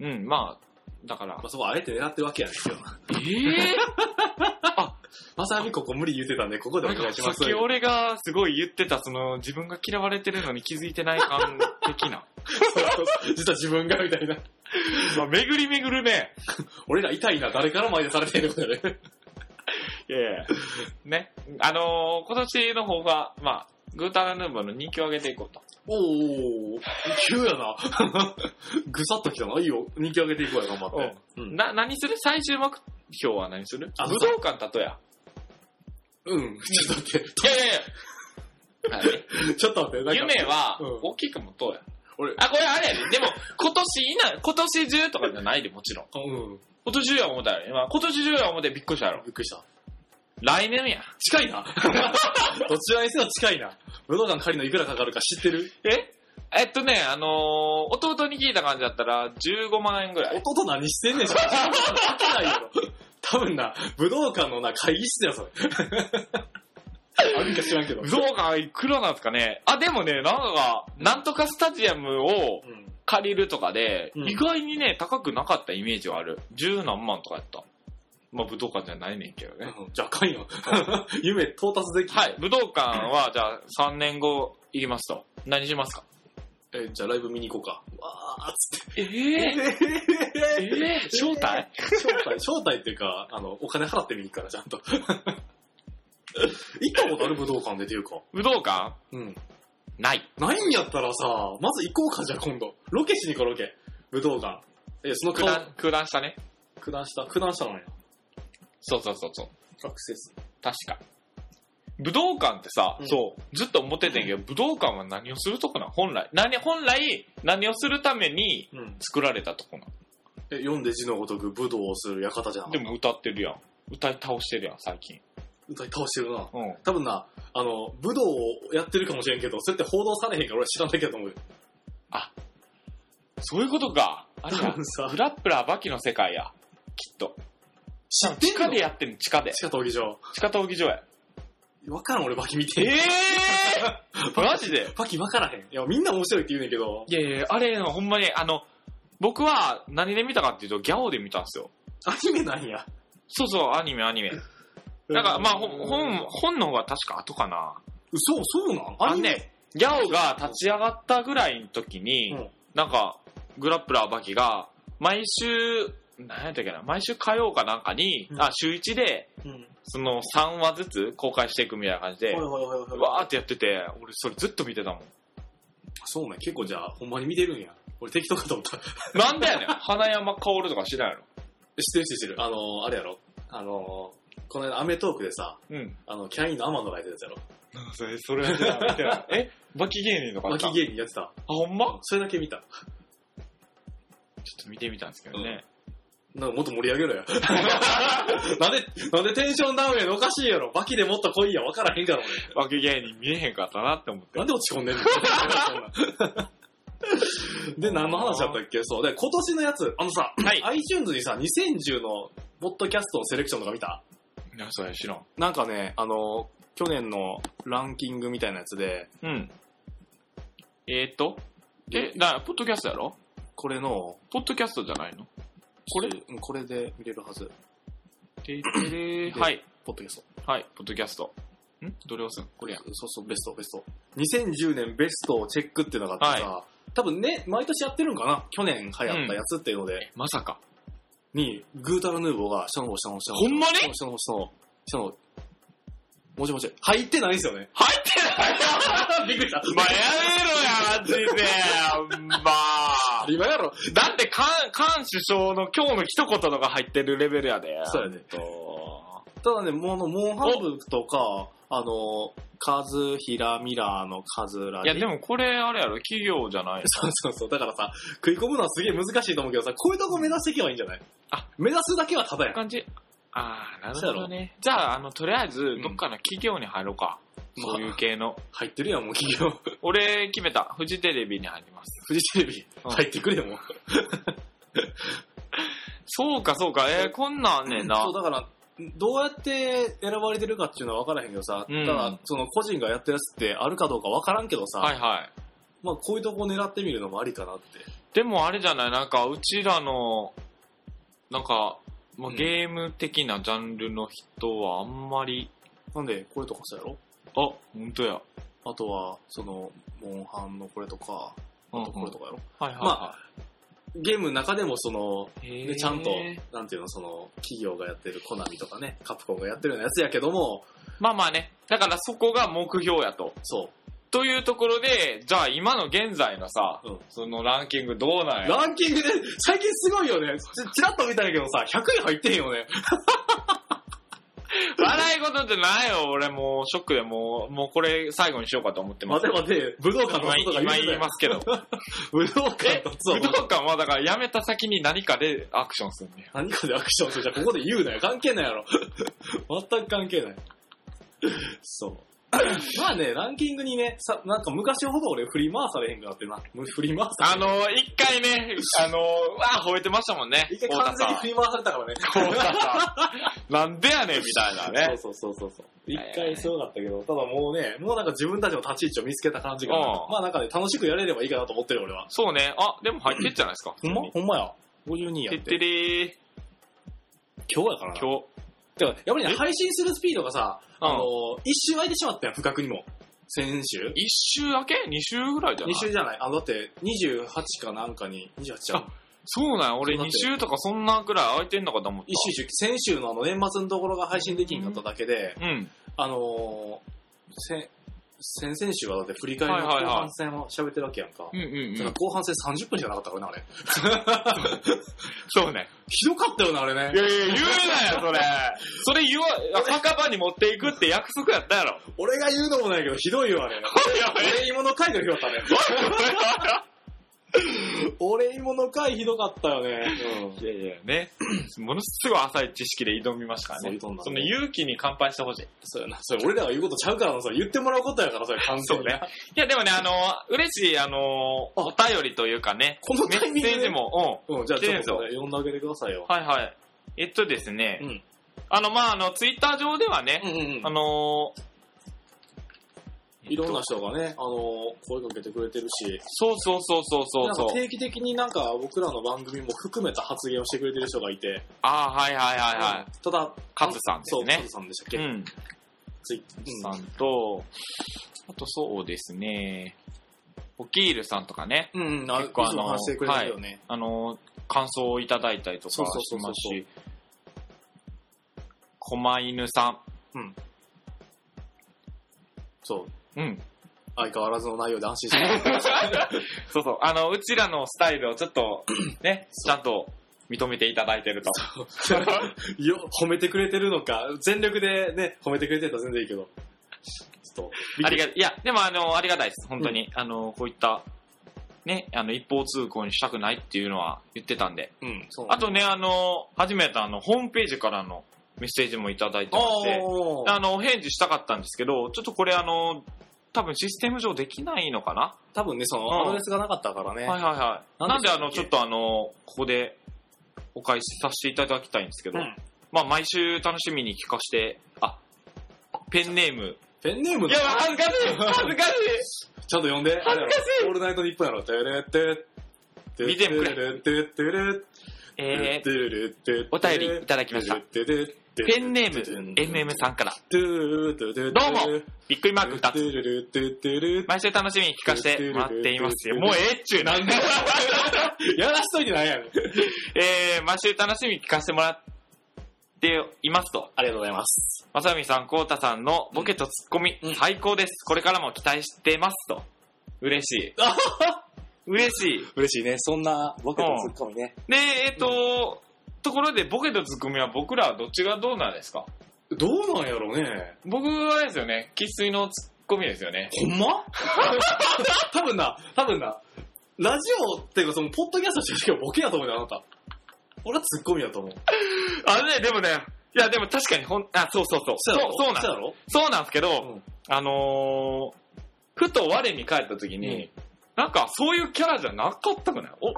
うん。
うん、まあ、だから
まあ、。そこはあえて狙ってるわけやねんけど。
え
まさみここ無理言ってたんで、ここでお願いし
さ
ま
っ
す。
き俺がすごい言ってた、その、自分が嫌われてるのに気づいてない感的な。
実は自分がみたいな。
まあ、巡り巡るね。
俺ら痛いな、誰からも相手されてるんだよね。
いやいやね。あのー今年の方が、まあ、グータラヌーボーの人気を上げていこうと。
おー、急やな。 ぐさっときたな。いいよ、人気上げていこうや、頑張って。うん。
な、何する最終目標は何する
あ
武道館だとや。
うん。 ちょっと待っ
い
て。
やいやいや。はい
ちょっと待って、なんか。
夢は
うん、
大きくもどうや。
俺
あ、これあれやで。でも、今年いな、今年中とかじゃないで、もちろん。
うん。
今年中や思ったら、まあ、今年中や思ってびっくりしたやろ。
びっくりした。
来年や。
近 いな。どちらにせよ近いな。武道館借りのいくらかかるか知ってる
ええっとね、あのー弟に聞いた感じだったら、15万円ぐらい。
弟何してんねん、それ。 書けないよ。多分な、武道館のな、会議室だよ、そ れ。あるんか知らんけど。
武道館いくらなんですかねあ、でもね、なんか、なんとかスタジアムを
うん。
借りるとかで、
うん
意外にね、高くなかったイメージはある。十何万とかやった。まあ、武道館じゃないねんけどね。
じゃあ、あかん よ。夢到達できる
はい、武道館は、じゃあ、3年後、行きますと。何しますか
え、じゃあライブ見に行こうか。わーっつって。
え
え
ええ
ー
え招待
招待、 招待っていうか、あの、お金払ってみるから、ちゃんと。 行ったことある武道館でっていうか。
武道館
うん。
ない。
ないんやったらさ、まず行こうか、じゃあ今度。ロケしに行こう、ロケ。武道館。え、その
九
顔、
段、九段したね。
九段した、九段したのや。
そうそうそうそう。
アクセス。
確か。武道館ってさ、
うん
そう、ずっと思ってたんやけど、武道館は何をするとこなん本来。何、本来、何をするために
うん。
作られたとこなん
え、読んで字のごとく武道をする館じゃん。
でも歌ってるやん。歌い倒してるやん、最近。
歌い倒してるな。
うん。
多分な、あの、武道をやってるかもしれんけど、それって報道されへんから俺は知らないけど思う。
そういうことか。あれ
多
や。
分さ
グ、ラップラーバキの世界や。きっと。
知ってん
地下
の
でやってんの、地下で。
地下闘技場。
地下闘技場や。
わからん、俺、バキ見
え
て。
ー、 マジで
バキわからへん。いや、みんな面白いって言うねんけど、
いやいや、あれ、ほんまに、あの、僕は何で見たかっていうと、ギャオで見たんですよ。
アニメなんや。
そうそう、アニメ、アニメ。なんか、まあ、ほ本、本の方が確か後かな。
嘘、そうなん
あのね、ギャオが立ち上がったぐらいの時に、
うん
なんか、グラップラーバキが、毎週、何やったっけな、毎週火曜かなんかに、
うん
あ、週1で、
アニメ
その3話ずつ公開していくみたいな感じで、
うん。はいはいはいはい。
わーってやってて、俺それずっと見てたもん。
そうね、結構じゃあ、ほんまに見てるんや。俺適当かと思った。
なんだよ ねん、花山薫とか知らんやろ。
知ってる知ってる。あのー、あれやろ。あのー、この間、アメトークでさ、
うん。
あの、キャインの天野がやってたやつや
それ、それは知らん見てない。 えバキ芸人とか
ろ。
あ
バ
った
キ芸人やってた。
あ、ほんま
それだけ見た。
ちょっと見てみたんですけどね。
なんかもっと盛り上げろ よ。なんで、なんでテンションダウンやのおかしいやろ。バキでもっと来いや、わからへんから俺。
バキ芸人見えへんかったなって思って
なん。で落ち込んでん ので、何の話だったっけそう。で、今年のやつ、あのさ、
はい
iTunes にさ、2010のポッドキャストのセレクションとか見た
いや、それ知らん。
なんかね、あの、去年のランキングみたいなやつで、
うん。えー、っと、え、な、ポッドキャストやろ
これの、
ポッドキャストじゃないの
これこれで見れるはず。
ててれ
で
はい、
ポッドキャスト。
はい、ポッドキャスト。んどれ押すんこれやん。
そうそう、ベスト、ベスト。2010年ベストをチェックっていうのがあってさ、多分ね、毎年やってるんかな去年流行ったやつっていうので、
まさか。
に、グータラヌーボーが、下の方、下の方、下の方。
ほんまに
下の方、下の方、下の方。もちもち。入ってないですよね。
入ってないびっくりした。まあ、やめろや、マジで。まあ。
今やろ。
だって、カン、カン首相の今日の一言とか入ってるレベルやで。
そうやね
ほんと。
ただね、もうあの、モンハンブとか、あの、カズヒラミラーのカズラ
いや、でもこれ、あれやろ、企業じゃない。
そうそうそう。だからさ、食い込むのはすげえ難しいと思うけどさ、こういうとこ目指していけばいいんじゃない
あ、
目指すだけはただやん。
感じ。ああ、なるほどね。じゃあ、あの、とりあえず、どっかの企業に入ろうか。
うん
そういう系の。
入ってるやん、もう企業。
俺、決めた。フジテレビに入ります。
フジテレビ、
うん
入ってくれよもう。
そうか、そうか。えー、こんなんねんな
そう、。だから、どうやって選ばれてるかっていうのは分からへんけどさ、
うん
ただ、その個人がやってるやつってあるかどうか分からんけどさ、
はいはい。
まあこういうとこ狙ってみるのもありかなって。
でもあれじゃないなんか、うちらの、なんか、まあ、
うん
ゲーム的なジャンルの人はあんまり、
なんで、これとかそうやろ
あ、ほんとや。
あとは、その、モンハンのこれとか、
うん、うん。
これとかやろ、
はいはいはい。
まゲームの中でもその、
へ
で
ー
ちゃんと、なんていうの、その、企業がやってるコナミとかね、カプコンがやってるようなやつやけども、
まあまあね。だからそこが目標やと。
そ
というところで、じゃあ今の現在のさ、
う。うん
そのランキングどうなんや
ランキングで、最近すごいよね。ちちらっと見たんやけどさ、100位入ってへんよね。
笑い事ってないよ、俺もう、ショックでもう、もうこれ最後にしようかと思ってま
待
す
て。待て、武道館の
今、
ことが
今言いますけど。
武道館
え、
の
武道
こと
館はだから、辞めた先に何かでアクションするんだよ。
何かでアクションするじゃんここで言うなよ。関係ないやろ。全く関係ない。そう。 まあね、ランキングにね、さなんか昔ほど俺振り回されへんくなってな。む振り回さ
あの、一回ね、あの、わあ、吠えてましたもんね。
れ一回
太田
完
さ
全
ん
に振り回されたからね。
太田さん。なんでやねん、みたいなね。
そうそうそうそうそう。一
はいはいはい
回すごかったけど、ただもうね、もうなんか自分たちの立ち位置を見つけた感じが
う、ん
まあなんかね、楽しくやれればいいかなと思ってる俺は。
そうね。あ、でも入ってっじゃないですか。
ほんまほんまや。52や
てっ
ってて。
れー。
今日やからな。
今日。
てか、やっぱりね、配信するスピードがさ、
うん
あのー、一周空いてしまったやん、不覚にも。先週
一週明け二週ぐらいじゃな
二
い
週じゃないあ、だって、28かなんかに、28じゃん。
そうなんや俺
そうだっ
二
て
週とかそんなぐらい空いてんのかと思った。
一週、先週のあの、年末のところが配信できんかっただけで、
うん。
あのー、せ、先々週はだって振り返りの
はいはい
後
はい
半戦を喋ってるわけやんか。
うんうんう
だから
ん。
後半戦30分しかなかったからね、あれ。
そうね。
ひどかったよな、あれ
い。
ね
やいや、言うなよ、 それ。それ言わ、墓場に持っていくって約束やったやろ。
俺が言うのもないけど、ひどいよ、あれ。俺芋の回のひど かったね。俺芋の回ひどかったよね。
いやいや、ね。ものすごい浅い知識で挑みましたから
そうい
ね。
うとんだね
その勇気に乾杯してほしい。
そうやな。それ俺らが言うことちゃうからな、それ言ってもらうことやから、それ完全
そう
に。
ね。いや、でもね、あの、嬉しい、あの、お便りというかね。
この
メ
タイ
ッ
ミング
セージ
で。
も、うん。
うん、じゃあちょっとこ
来
れ呼んであげてくださいよ。
はいはい。えっとですね。
うん
あの、まあ、あの、ツイッター上ではね、
うんうん
あのー、
いろんな人がね、あの、声かけてくれてるし、
そうそうそうそうそ
な
うん
か
そう。
定期的になんか僕らの番組も含めた発言をしてくれてる人がいて、
ああ、はいはいはいはい。
ただ、
カズさんです
そう、カ
ね
ズ。さんでしたっ
う
け
ん。
ツイ
さんと、あとそうですね、オキールさんとかね、
うん、うん、あ
結構あの
いつも話してくれてるよね。
あのー、感想をいただいたりとかし
そう
ま
そうそうそう
すし、狛犬さ
そう。
ん。うん。
相変わらずの内容で安心してる
そうそう。あの、うちらのスタイルをちょっと、 ね、ち
そ
ゃんと認めていただいてると。
よ、褒めてくれてるのか、全力でね、褒めてくれてたら全然いいけど。ちょっと、
ありが、いや、でもあの、ありがたいです。本当に。あの、こういった、ね、あの、一方通行にしたくないっていうのは言ってたんで。
うん、そう。
あ、とね、あの、初めてあの、ホームページからのメッセージもいただいて
あ
まして、
ー
あの、お返事したかったんですけど、ちょっとこれあの、多分システム上できないのかな、
多分ね、そ
うん
の、アドレスがなかったからね。
はいはいはい。な
なんん
で
で
あ
したっけ
の、ちょっとあの、ここでお返しさせていただきたいんですけど、
うん
まあ、毎週楽しみに聞かせて、あ、ペンネーム。
ペンネーム
い
の
や、恥ずかしい恥ずかしい
ちゃんと呼んで。
恥ずかしい
あれやろオールナイトニッポンやろ。てれってって
見てもくれ
れ。てれってれ
えー、
てれってれ
お便りいただきました。
てれってれ
ペンネーム、MM さんから。
てれってれてれ
どうもびっくりマーク2
て
つ。
れてれてれ
毎週楽しみに聞かせてもらっています よ。もうええっちゅうなんだよ。
やらしといてないやん。
えー、毎週楽しみに聞かせてもらっていますと。
ありがとうございます。
まさみさん、こうたさんのボケとツッコミ、
うん
最高です。これからも期待してますと。嬉 しい。嬉しい。
嬉しいね。そんな、僕のツッコミね。
で、えっ、と、ところでボケとツッコミは僕らはどっちがどうなんですか
どうなんやろうね。
僕はあれですよね、喫水のツッコミですよね。
ほんま 多分な、多分な。ラジオっていうか、その、ポッドキャストしてる時はボケやと思うよ、あなた。俺はツッコミやと思う。
あれね、でもね、いやでも確かにほん、あ、そうそうそう。そう、そうなん
そうやろ
そうなんですけど、
うん
あのー、ふと我に返った時に、なんかそういうキャラじゃなかったくないお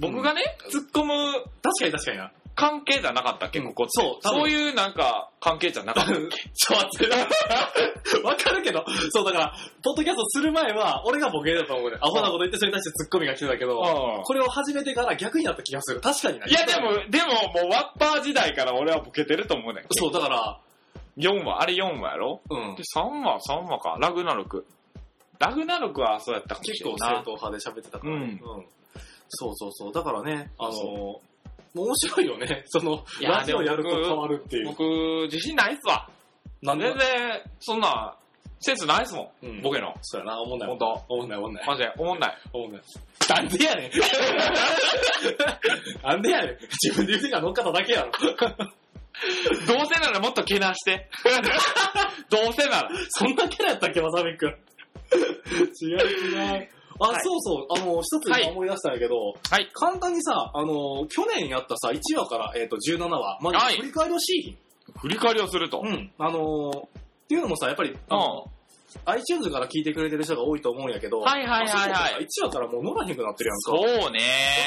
僕がね、突っ込む
確かに確かにな。
関係じゃなかったっけ、
うん
ここって。
そう多分
そ ういうなんか関係じゃなかった。
ちょ、待って。 わかるけど、そうだから、ポッドキャストする前は、俺がボケだと思うね。アホなこと言って、それに対してツッコミが来てたけど、
うん
これを始めてから逆になった気がする。確かに な。
いやでも、、でももうワッパー時代から俺はボケてると思うねん。
そう、だから、
4話、あれ4話やろ
うん
で、。3話、3話か。ラグナロク。ラグナロクはそうやったかもしれ
結構
ん
正
な
統派で喋ってたから、ね
う
うんそうそうそう。だからね、あの
そう
もう面白いよね。 その、
いや
ラジオやると変わるっていう。
僕、自信ないっすわ。
なん
全
で
然、そんな、センスないっすもん。
うん
ボケの。
そうやな、思んない。
ほんと
思んない、思んない。
マジで、思んない。
思んない。なんでやねん なんでやねん自分で言うてが乗っかっただけやろ。
どうせならもっとけなして。 どうせなら。
そんなキャラやったっけ、わさびくん。違う違う。あ、
はい
そうそう。あの、一つ今思い出したんやけど、
はい。
簡単にさ、あの、去年やったさ、1話から、えっ、と、17話、まで
はい
振り返りをし、
振り返りをすると。
うん。あのーっていうのもさ、やっぱり、あの iTunes から聞いてくれてる人が多いと思うんやけど、
はいはいはいはい。
1話からもう乗らへんくなってるや
そ
んか。
う
だか
ね。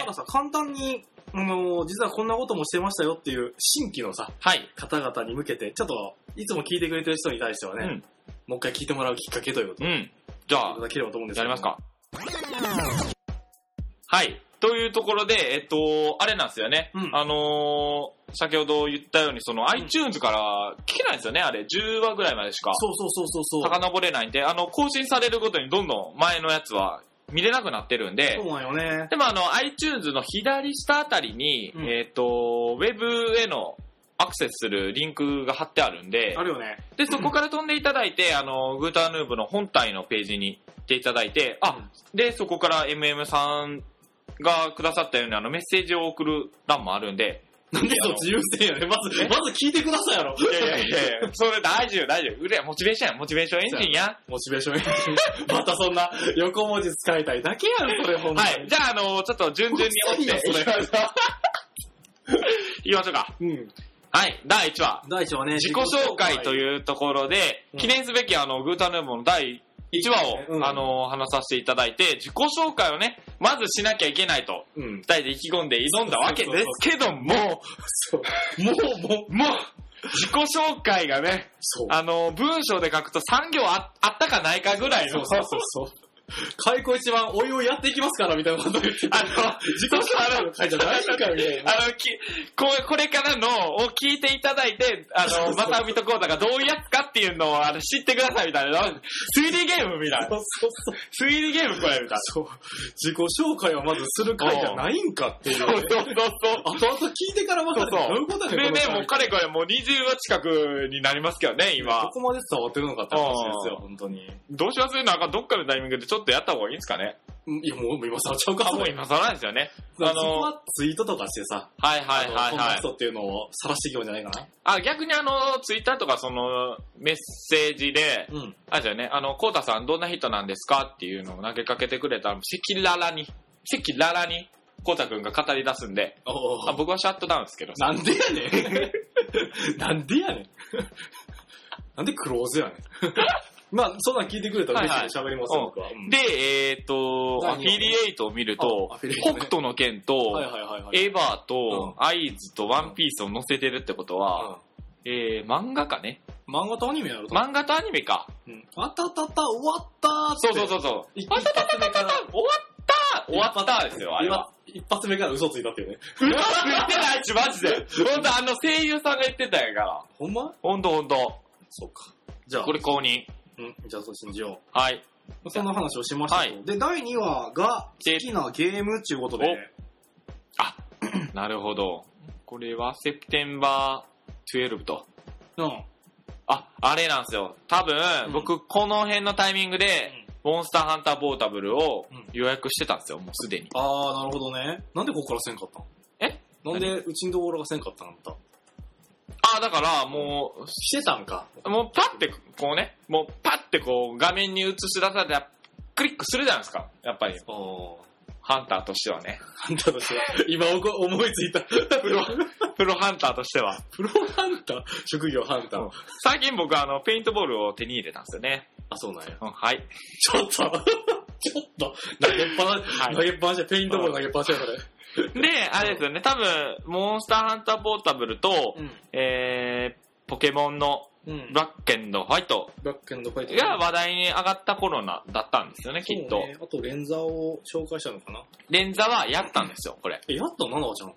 らさ、簡単に、あのー実はこんなこともしてましたよっていう、新規のさ、
はい。
方々に向けて、ちょっと、いつも聞いてくれてる人に対しては
う
ね、
ん。
もう一回聞いてもらうきっかけということを
うん。じゃ
い
あ
た、だければと思うんです
や
け
り
ど
ます。か。はい。というところで、えっと、あれなんですよね。
うん
あのー先ほど言ったように、その iTunes から聞けないんですよね、あれ。10話ぐらいまでしか。
そうそうそうそうそう。
遡れないんで、あの、更新されるごとにどんどん前のやつは見れなくなってるんで
そ、うなんよね。
でもあの、iTunes の左下あたりに、
うん
えっ、と、ウェブへのアクセスするリンクが貼ってあるんで
あ、るよね。
で、そこから飛んでいただいて、あの、グーターヌーブの本体のページに行っていただいて、あ、で、そこから MM さんがくださったように、あの、メッセージを送る欄もあるんで、
なんでそっち優先やね。まず、
え
まず聞いてくださいやろ。
いやいやいやいや、それ大丈夫、大丈夫。うれ、モチベーションや、モチベーションエンジンや。
モチベーションエン ジンまたそんな横文字使いたいだけやろ、それほんま
は
に。
い。じゃあ、あの、ちょっと順々に追って、
うるさい よそ
言きましょうか。
うん。
はい。第1話。
第一はね、
自己紹介と
う。
いうところで、
うん
記念すべきあの、グータヌーボーの第1話を、
うん
あの、話させていただいて、自己紹介をね、まずしなきゃいけないと、
うん
二。人で意気込んで挑んだわけですけども、
そう。もう、もう、
もう、自己紹介がね、
そう。
あの、文章で書くと3行ああったかないかぐらい
そ
の
う、そうそうそう。開口一番、おいおいやっていきますから、みたいなこと 言って。
あの、
自己紹介の会社大丈夫 かよ、みたいな。
あの、き、ここれからのを聞いていただいて、あの、また海とコータがどういうやつかっていうのをあの知ってくださいみたいな。推理ゲームみたいな。
そうそうそ
推
う。
理ゲームこれみたいな。
そう。自己紹介をまずする会じゃないんかっていう。
そうそうそう
後々聞いてから分かる。
そうそう
どういうこと
そ
や
う。で
ねん
ね、
この
もうかれこれもう20話近くになりますけどね、
ど
今。
こまで伝わってるのかって話ですよ、本当に。
どうしますなんかどっかのタイミングでちょっとやった方がいいんですかね。
うんいや、もう今触っちゃうか、
あ、もう今更ですよね。
あ
あ
の、
の
そこはツイートとかしてさ、
はいは
あ
い
の
はい
こんな
はい。
人っていうのを晒していくんじゃないかな。
あ、逆にあの、ツイッターとかその、メッセージで、
うん。
あれですよね、あの、コウタさんどんな人なんですかっていうのを投げかけてくれたら、赤裸々に、赤裸々に、コウタくんが語り出すんで、
お
あ
ー
僕はシャットダウンですけど、
なんでやね ん。なんでやねん。なんでクローズやねん。まあ、そんなん聞いてくれたら嬉しいんで喋りますよ、僕は。うん
で、えっ、と、
何を
アフィリエイトを見ると
あアフィリエイトね
北斗の剣と、
はいはいはいはい。
エヴァと、アイズとワンピースを載せてるってことは、えー、漫画かね
うん漫画とアニメやろ、多分
漫画とアニメか。
うんあたたた、終わったーって。
そうそうそうそう。
一
終わっ
一発目か
た、終
ら
わった終わったですよ、あれは。
一発目から嘘ついたっていうね。
言ってないし、マジで。ほんと、あの声優さんが言ってたんやから。
ほんま
ほんとほんと。
そうか。じゃあ、
これ公認。
うん、じゃあそう信じよ
はい。
う。そんな話をしましたと
は
で、第2話が、
で
好きなゲームっていうことで、
なるほど。これは、セプテンバー12と。
うん。
あ、あれなんですよ。多分、
うん
僕、この辺のタイミングで、モンスターハンターポータブルを
うん
予約してたんですよ、もうすでに。
あー、なるほどね。なんでここからせんかったん
え
なんでうちのところがせんかったんだ
あ、だから、もう、
してたんか。
もうパッて、こうね、もうパッてこう、画面に映し出されて、クリックするじゃないですか。やっぱり、
あー。
ハンターとしては ね。
ハンターとしては、今おこ思いついた。プロ、
プロハンターとしては。
プロハンター職業ハンター。
うん最近僕、あの、ペイントボールを手に入れたんですよね。
あ、そうなんや。
うん、はい。
ちょっと、ちょっと、投げっぱな、
はい
投げっぱなしや、ペイントボール投げっぱなしや、それ。
で、あれですよね、多分、モンスターハンターポータブルと、えー、ポケモンの
うん
ブラッケンドファイト
ブラックエンドファイト
が話題に上がった頃な、だったんですよね、きっと。
そうねあと、連座を紹介したのかな
連座はやったんですよ、これ。
え、やった7話じゃん。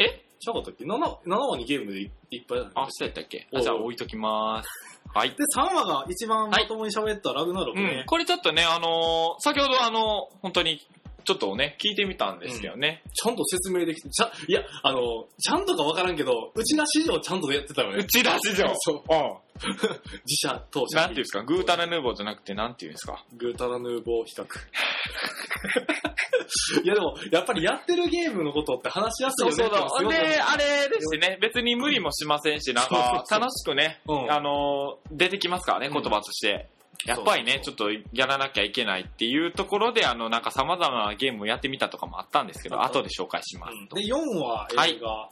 え
しなかったっけ ?7 話、7話にゲームでいっぱいだね。
あ、そうやったっけ
おう
あじゃあ置いときます。はい。
で、3話が一番まともに喋ったラグナロク
う
ね。
ん、これちょっとね、あのー先ほどあの本当に、ちょっとね、聞いてみたんですけどね。
ちゃんと説明できて、ちゃ、いや、あの、ちゃんとかわからんけど、うちら史上ちゃんとやってたよね。
ち出し
そう。
う
自社、当
ん。
社。
なんていうんですか、グータラヌーボーじゃなくて、なんていうんですか。
グータラヌーボー比較。 いやでも、やっぱりやってるゲームのことって話しやすい
そう
よね。
そうそう。で、
ってす
あれですね、別に無理もしませんし、なんか、楽しくね、
ごくうん。
あのー、出てきますからね、
う
言
ん
葉として。やっぱりね、ちょっとやらなきゃいけないっていうところで、あの、なんか様々なゲームをやってみたとかもあったんですけど、
あ
後で紹介します。
で、4は映画。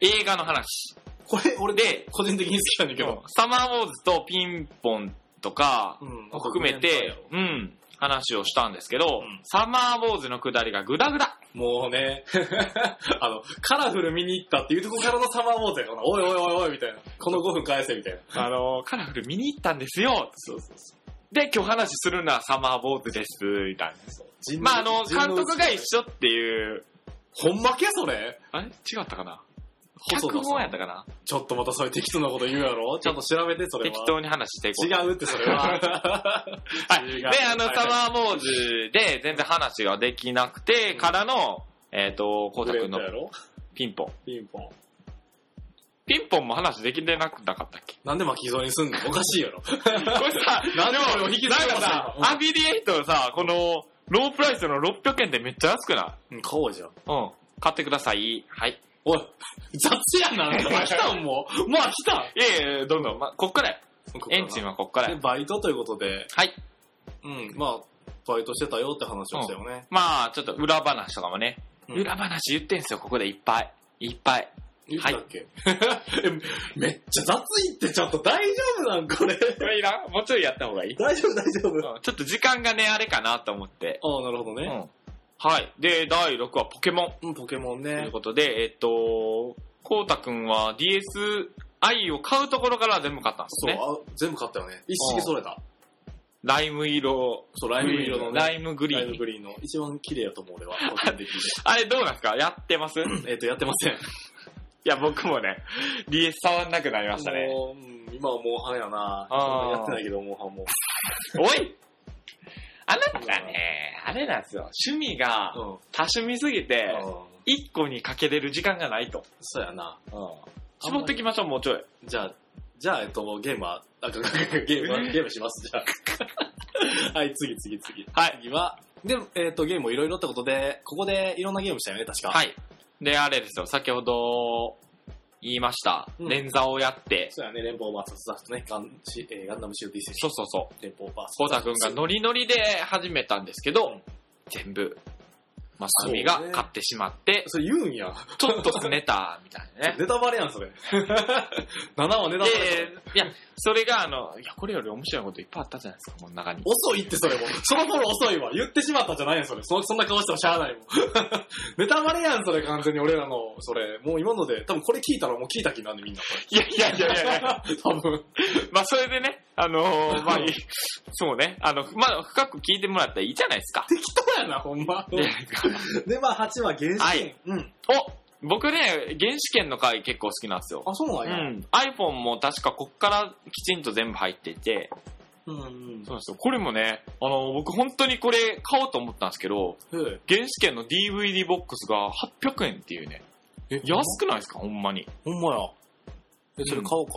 映画の話。
これ、俺
で
で、個人的に好きなんだけど。
サマーウォーズとピンポンとか
うん
を含めて、うん、話をしたんですけど、
うん
サマーウォーズの下りがグダグダ。
もうね、 あの、カラフル見に行ったっていうとこからのサマーウォーズやからな、おいおいおいおいみたいな。この5分返せみたいな。
あの、カラフル見に行ったんですよ。
そうそうそ
で、今日話するのはサマーウォーズです、みたいな。
う
まあ、あの、監督が
緒。
一緒っていう、
ほんまけそれ
あれ違ったかな
細田さ
脚
ん
本やったかな
ちょっとまたそれ適当なこと言うやろ ちゃんと調べて、それ
適
は。
当に話していこう。
違うって、そ れは。
はい。で
違う、
あの、サマーウォーズで全然話ができなくて、
うん
からの、えっ、と、コウタ
ブレ
君
ンド
の
やろ
ピンポン。
ピンポン。
ピンポンも話できてなくなかったっけ
なんで巻き添えにすんのおかしいやろ。
これさ、
なんで俺を引きずり
なん
回
か
したの
さ、アフィリエイトさ、この、ロープライスの600円でめっちゃ安くない
うん、買おうじゃん。
うん。買ってください。はい。
おい、雑やな、あん た飽きたんもう。もう飽きた
いえいえ、どんどん、ま、こっからや。エンジン
は。
はこっから
で、
や。
バイトということで、
はい。
うん、まあ、バイトしてたよって話をしたよね。
まあ、ちょっと裏話とかもね。
うん
裏話言ってんすよ、ここでいっぱい。いっぱい。
言ったっけ、 えめっちゃ雑いってちょっと大丈夫なんこれ。
これいらんもうちょいやった方がいい
大丈夫大丈夫。
ちょっと時間がね、あれかなと思って。
ああ、なるほど
う
ね。
ん。はい。で、第6話、ポケモン。
うん、ポケモン
とい
ね
う。ことで、えっと、こうたくんは DSi を買うところから全部買ったんです
そう、
ね。
あ全部買ったよね。一式揃えた。
ライム色。
そう、ライム色のね。
ライムグリ
ライ
ー
ム
ン。
グリーンの一番綺麗やと思う 俺は。個人的に
あれどうなんですかやってますい
えっと、やってません。
や、僕もね、DS 触んなくなりましたね。
もううん今はモンハンや
あ
な。
ー
やってないけど、モンハンも。
おいあなたね、あれなんですよ。趣味が
うん。
多趣味すぎて、
うん
一個にかけれる時間がないと。
そうやな。
絞ってきましょう、もうちょい。
じゃあ、じゃあ、えっと、ゲームは、あ、ゲームは、ゲームします、じゃ あ。はい、次、次、次。
はい。
次は、で、えっと、ゲームをいろいろってことで、ここでいろんなゲームしたよね、確か。。
はいい。で、あれですよ、先ほど言いました。
うん
連座をやって、
そうやね、連邦 VS ザフトね、ガンシえーガンダム COD セ
そうそうそう。
連邦 VS ザフト。
コウタくんがノリノリで始めたんですけど、全部、マスコミが
そうね
買ってしまって、
それ言うんや。
ちょっとすねた、みたいなね。
ネタバレやん、それ。7はネタバレ。
で、いや、それが、あの、いや、これより面白いこといっぱいあったじゃないですか、この中に。
遅いってそれも。その頃遅いわ。言ってしまったじゃないよ、それ。そそんな顔してもしゃあないもん。 ネタバレやん、それ完全に俺らの、それ。もう今ので、多分これ聞いたらもう聞いた気になるね、みんな。こ
いやいやいやいやい や、
れ多分。
まあ、それでね、あのーまあ、いいそうね、あの、まあ、深く聞いてもらったらいいじゃないですか。
適当やな、ほんま。
で
で、まあ8は原始
はい
うん。
お僕ね、原始圏の回結構好きなんですよ。
あ、そう
う
なんや。
ん、iPhone も確かこっからきちんと全部入っていて、
うん。うん
そうなんですよ。これもね、あの、僕本当にこれ買おうと思ったんですけど、
うん。
原始圏の DVD ボックスが800円っていうね。
え
安くないですかほんまに。
ほんまや。え、それ買おうか。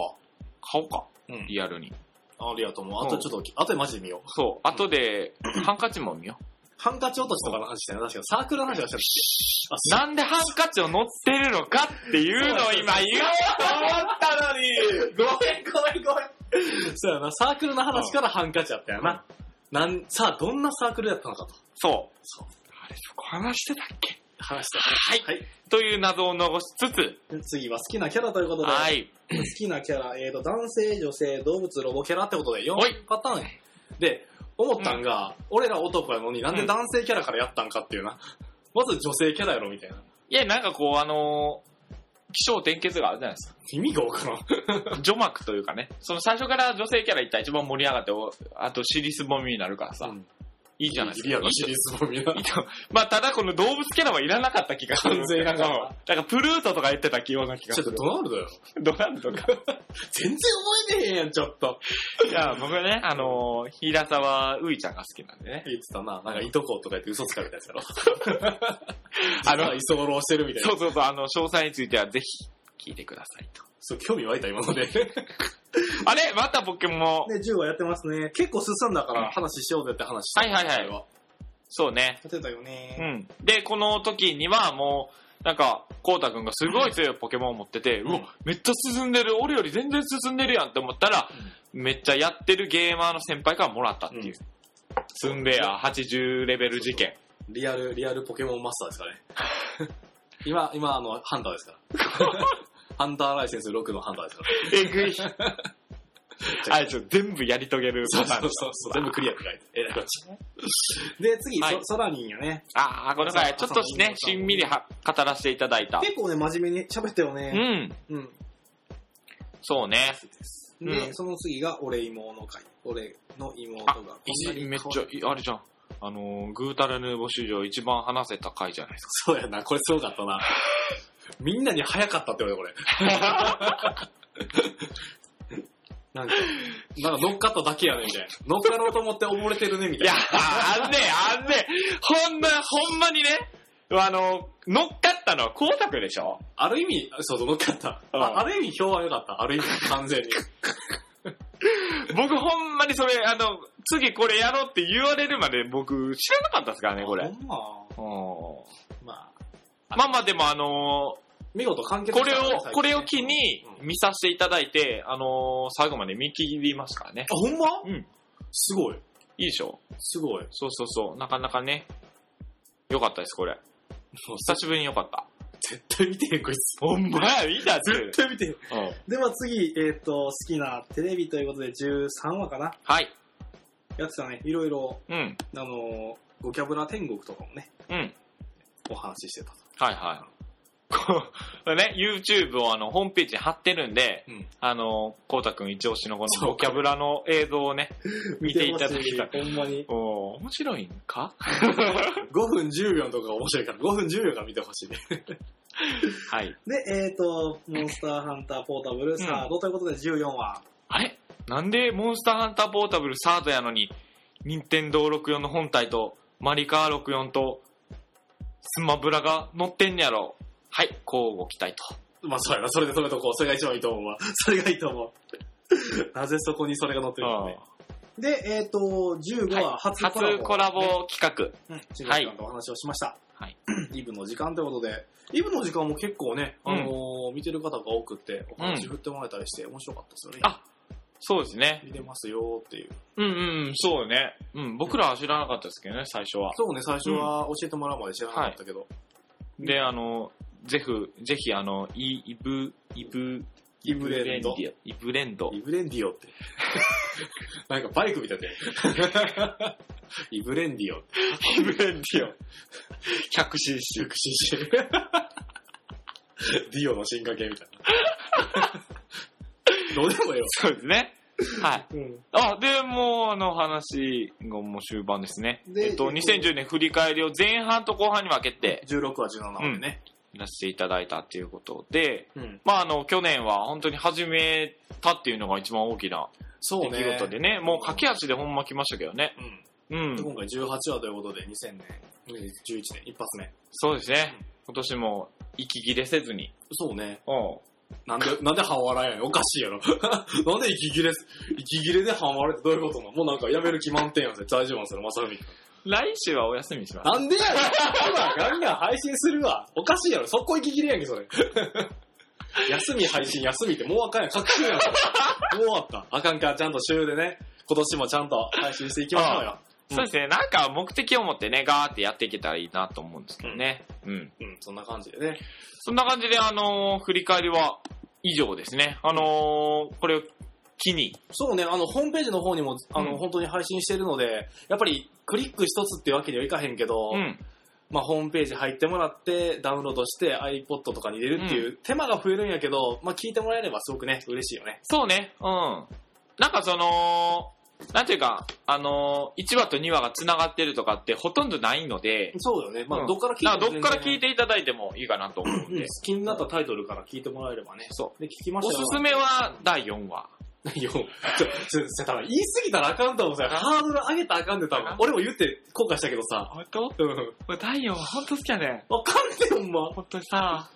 買おうか。
うん
リアルに。
ありがとう。もうあとちょっと、あとでマジで見よう。
そう。後で、ハンカチも見よ
ハンカチ落としとかの話したよね。確かにサークルの話はした
う。
よねあ、
なんでハンカチを乗ってるのかっていうのを今言おうと思ったのに。
ごめんごめんごめん。 そうやな、サークルの話からハンカチやったよな。なん、さあ、どんなサークルやったのかと。
そう。
そう。
あれ、そこ話してたっけ
話した。
はい。
はい
という謎を残しつつ、
次は好きなキャラということで、
はい。
好きなキャラ、えーと、男性、女性、動物、ロボキャラってことで4
ほい
パターンやで、思ったんが、俺ら男やのになんで男性キャラからやったんかっていうな。まず女性キャラやろみたいな。
いや、なんかこう、あのー、気象転結があるじゃないですか。
意味がわからん。
除幕というかね、その最初から女性キャラいったら一番盛り上がって、おあと尻すぼみになるからさ、
うん
いいじゃないですか。
リア
い
ル
い
シリーズもみんな。
いいとまあ、ただこの動物キャラはいらなかった気がする。
完全にいらなかった
うんだからプルートとか言ってた気がす
ちょっと
る。
ドナルドやろ。
ドランとか。
全然覚えてへんやん、ちょっと。
いや、僕ね、あのー、平沢ういちゃんが好きなんでね。
言ってたな。なんか、いとことか言って嘘つかれたやつやろ。
あ
あ
の
の、居候してるみたいな
そ。うそうそう、あの、詳細についてはぜひ聞いてくださいと。
そう、興味湧いた、今ので。で、
あれまたポケモン。
10話やってますね。結構進んだから話しようぜって話した。
はいはいはい
い。
そうね。
勝てたよ
う
ね。
ん。で、この時にはもう、なんか、こうたくんがすごい強いポケモンを持ってて、
う
うんわ、めっちゃ進んでる、俺より全然進んでるやんって思ったら、めっちゃやってるゲーマーの先輩からもらったっていう。
うん
スンベア80レベル事件。
リアル、リアルポケモンマスターですからね。 今、今、あの、ハンターですから。ハンターライセンス6のハンターですから。
えぐ い。あれでしょ、全部やり遂げる
そう
パターン
そ
で
う
しょ
そうそう。全部クリアって書いて。えらいこっちで、次、
はい
そソラニンよね。
ああ、この回、ちょっとね、しんみりは語らせていただいた。
結構ね、真面目に喋ったよ
う
ね。
ん。
うん。
そうね。
で、
うん
その次が、俺妹の会。俺の妹がこんなに。
めっちゃ、いあれじゃん。あのー、グータラヌーボ史上一番話せた回じゃないですか。
そうやな、これすごかったな。みんなに早かったって俺、こ れ。なんか、なんか乗っかっただけやねみたいな。乗っかろうと思って溺れてるね、みた
い
い
や
な。
ー、あんね、あんね、ほんま、ほんまにね、あのー、乗っかったのは光沢でしょ
ある意味、そうそう、乗っかった。
うん
あある意味、票は良かった。ある意味、完全に。
僕ほんまにそれ、あの、次これやろうって言われるまで僕知らなかったですからね、これ。
ほんま
うん
まあ、
まあまあでもあのー、
見事完結
これ
したね
を、これを機。に
うん
見させていただいて、あのー最後まで見切りますからね。
最近あ、ほん
う
ま
ん。
すごい。
いいでしょ
すごい。
そうそうそう。なかなかね、よかったです、これ。
もう
久しぶりによかった。
絶対見てへん、こいつ。
ほんまや、いいだ って。
絶対見てへん。
うん。
では次、えっ、と、好きなテレビということで13話かな
はい。
やってたね。いろいろ
うん。
あの、ゴキャブラ天国とかもね、
うん。
お話ししてたと。
はいはい。こうね、YouTube をあの、ホームページに貼ってるんで、
うん
あの、こうたくん一押しのこ
そ
の
う
ボキャブラの映像を ね、見ていただきたい。
ほんまに。
おー面白いんか
5分10秒のとか面白いから、5分10秒が見てほしいね。
はい。
で、えっ、と、モンスターハンターポータブルサードということで14話。
あれなんでモンスターハンターポータブルサードやのに、任天堂64の本体と、マリカー64と、スマブラが乗ってんねやろ。はい、交互期待と。
まあそうやな、それで止めとこう。それが一番いいと思うわ。それがいいと思 う。なぜそこにそれが載ってるのかね。で、えっ、と、15
はい
話、初コラボ。
初コラボ企画。
うん、ちぐさんとお話をしました。
はい。
イブの時間ということで、イブの時間も結構ね、あ
うん
のー見てる方が多くて、お話振ってもらえたりして面白かったですよね。
あそうですね。
見れますよーっていう。
うんうん、そうね。うん、僕らは知らなかったですけどね、最初は。
そうね、最初は教えてもらうまで知らなかったけど。
で、あの、ぜひ、ぜひ、あの、イイブ、イブ、
イブレンド
イブレンイブレンド
イ。ブレンデ ィオって。なんかバイクみたいで。イブレンディオって。
イブレンディオ。100cc。
ディオの進化系みたいな。どうでもよ。
そうですね。はい。
う
あ、で、もう、あの話がもう終盤ですね。
で
えっと、
えっと
2010年振り返りを前半と後半に分けて
16は17までね。
やらせていただいたっていうことで、
うん。
まあ、あの、去年は本当に始めたっていうのが一番大きな
そ
出
うね。
来事でね、もう駆け足でほんま来ましたけどね。
うん。
うん。
今回18話ということで、2000年、11年、一発目。
そうですね。今年も息切れせずに。
そうね。
うん。
なんで、なんで半笑えないおかしいやろ。 なんで息切れす、息切れで半笑えってどういうことなのもうなんかやめる気満点やんせ。大丈夫なんすよ、まさみ。
来週はお休みします。
なんでやろ今ガンガン配信するわ。おかしいやろ。そこ息切れやんけ、それ。 休み配信、休みってもうあかんやん。確信や ん。それもう終わった。あかんか、ちゃんと週でね、今年もちゃんと配信していきましょうよ。
そうですね。なんか目的を持ってね、ガーってやっていけたらいいなと思うんですけどね。うん。
うん、そんな感じでね。
そんな感じで、あのー振り返りは以上ですね。あのーこれを機に。
そうね、あの、ホームページの方にも、あの、
うん
本当に配信してるので、やっぱり、クリック一つってわけにはいかへんけど、
うん。
まあ、ホームページ入ってもらって、ダウンロードして iPod とかに入れるっていう、手間が増えるんやけど、まあ、聞いてもらえればすごくね、嬉しいよね。
そうね。うん。なんかその、なんていうか、あのー1話と2話が繋がってるとかってほとんどないので、
そうよね。ま
う
あ、
ん
どっから聞いて
なんか
も
どっから聞い
て、
ていただいてもいいかなと思うん
うん
で
好。きになったタイトルから聞いてもらえればね。
そ
で、聞きま
う。お
した
すすめは第4話。
め。よ、ちょ、ちょ、ちょ多分言い過ぎたらあかんと思うさ。ハードル上げたらあかんで、多分。俺も言って後悔したけどさ。
本当
うん。
俺第4話本当好きやねん。
わかんねえ、ほんま。
本当にさ、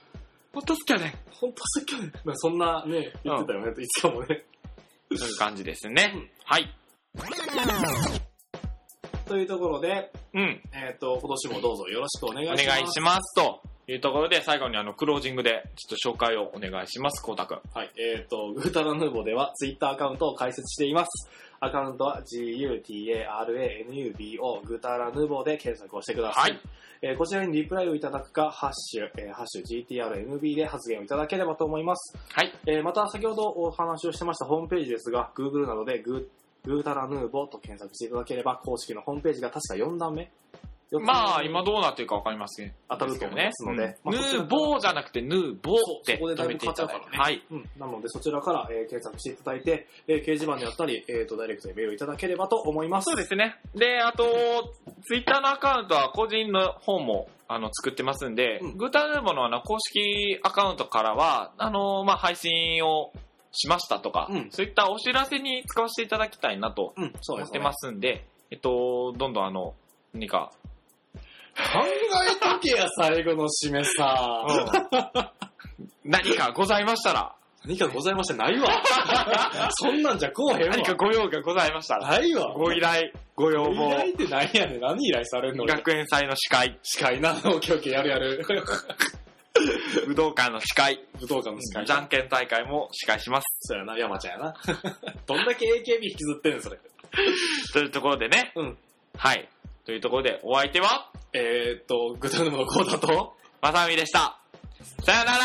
本当好きやねん。
ほんとすっきゃね。まあそんなね、言ってたよね、いつかもね。
そういう感じですね
うん。
はい。
というところで、
うん。
えっ、と、今年もどうぞよろしくお願いし
お
ます。
願いします。というところで、最後にあの、クロージングで、ちょっと紹介をお願いします、こうたくん。
はい、えっ、と、グータラヌーボーではツイッターアカウントを開設しています。アカウントは GUTARANUBO グータラヌーボーで検索をしてください。
はい
えーこちらにリプライをいただくか、ハッシュ、えーハッシュ GTRNB で発言をいただければと思います。
はい。
えーまた先ほどお話をしてましたホームページですが、Google などでグーグータラヌーボーと検索していただければ、公式のホームページが確か4段目
まあ、今どうなってるかわかりません。
当たると思いますので
うん
ま
ヌ
あこちら
ーボーじゃなくて、ヌーボーって
そうそこでだ
止
いぶ
めていただいて。
変わ
は
っ
い。
うん、なのでそちらから、えー検索していただいて、えー掲示板であったり、えー、とダイレクトでメールをいただければと思います。
そうですね。で、あと、ツイッターのアカウントは個人の方も、あの、作ってますんで、
うん
グーターヌーボーのあの、公式アカウントからは、あの、まあ、配信をしましたとか、
うん
そういったお知らせに使わせていただきたいなと
うん、そう
思っ
です、
て
ね。
ますんで、えっと、どんどんあの、何か、
考えとけや、最後の締めさ。
何かございましたら、
何かございましたないわ。 そんなんじゃこうへんわ。
何かご用がございましたら、
ないわ。
ご依頼、ご要
依
望、
頼って何やねん。何依頼されんの
学園祭の司会、
司会なの。オッケーオッケーやるやる。
武道館の司会、
武道館の司会。
じゃんけん大会も司会します。
そうやな、山ちゃんやな。 どんだけ AKB 引きずってんの、それ。
というところでね、
うん。
はい。というところで、お相手は、
えー、っと、グタヌムのコーダと、
まさみでした。さよなら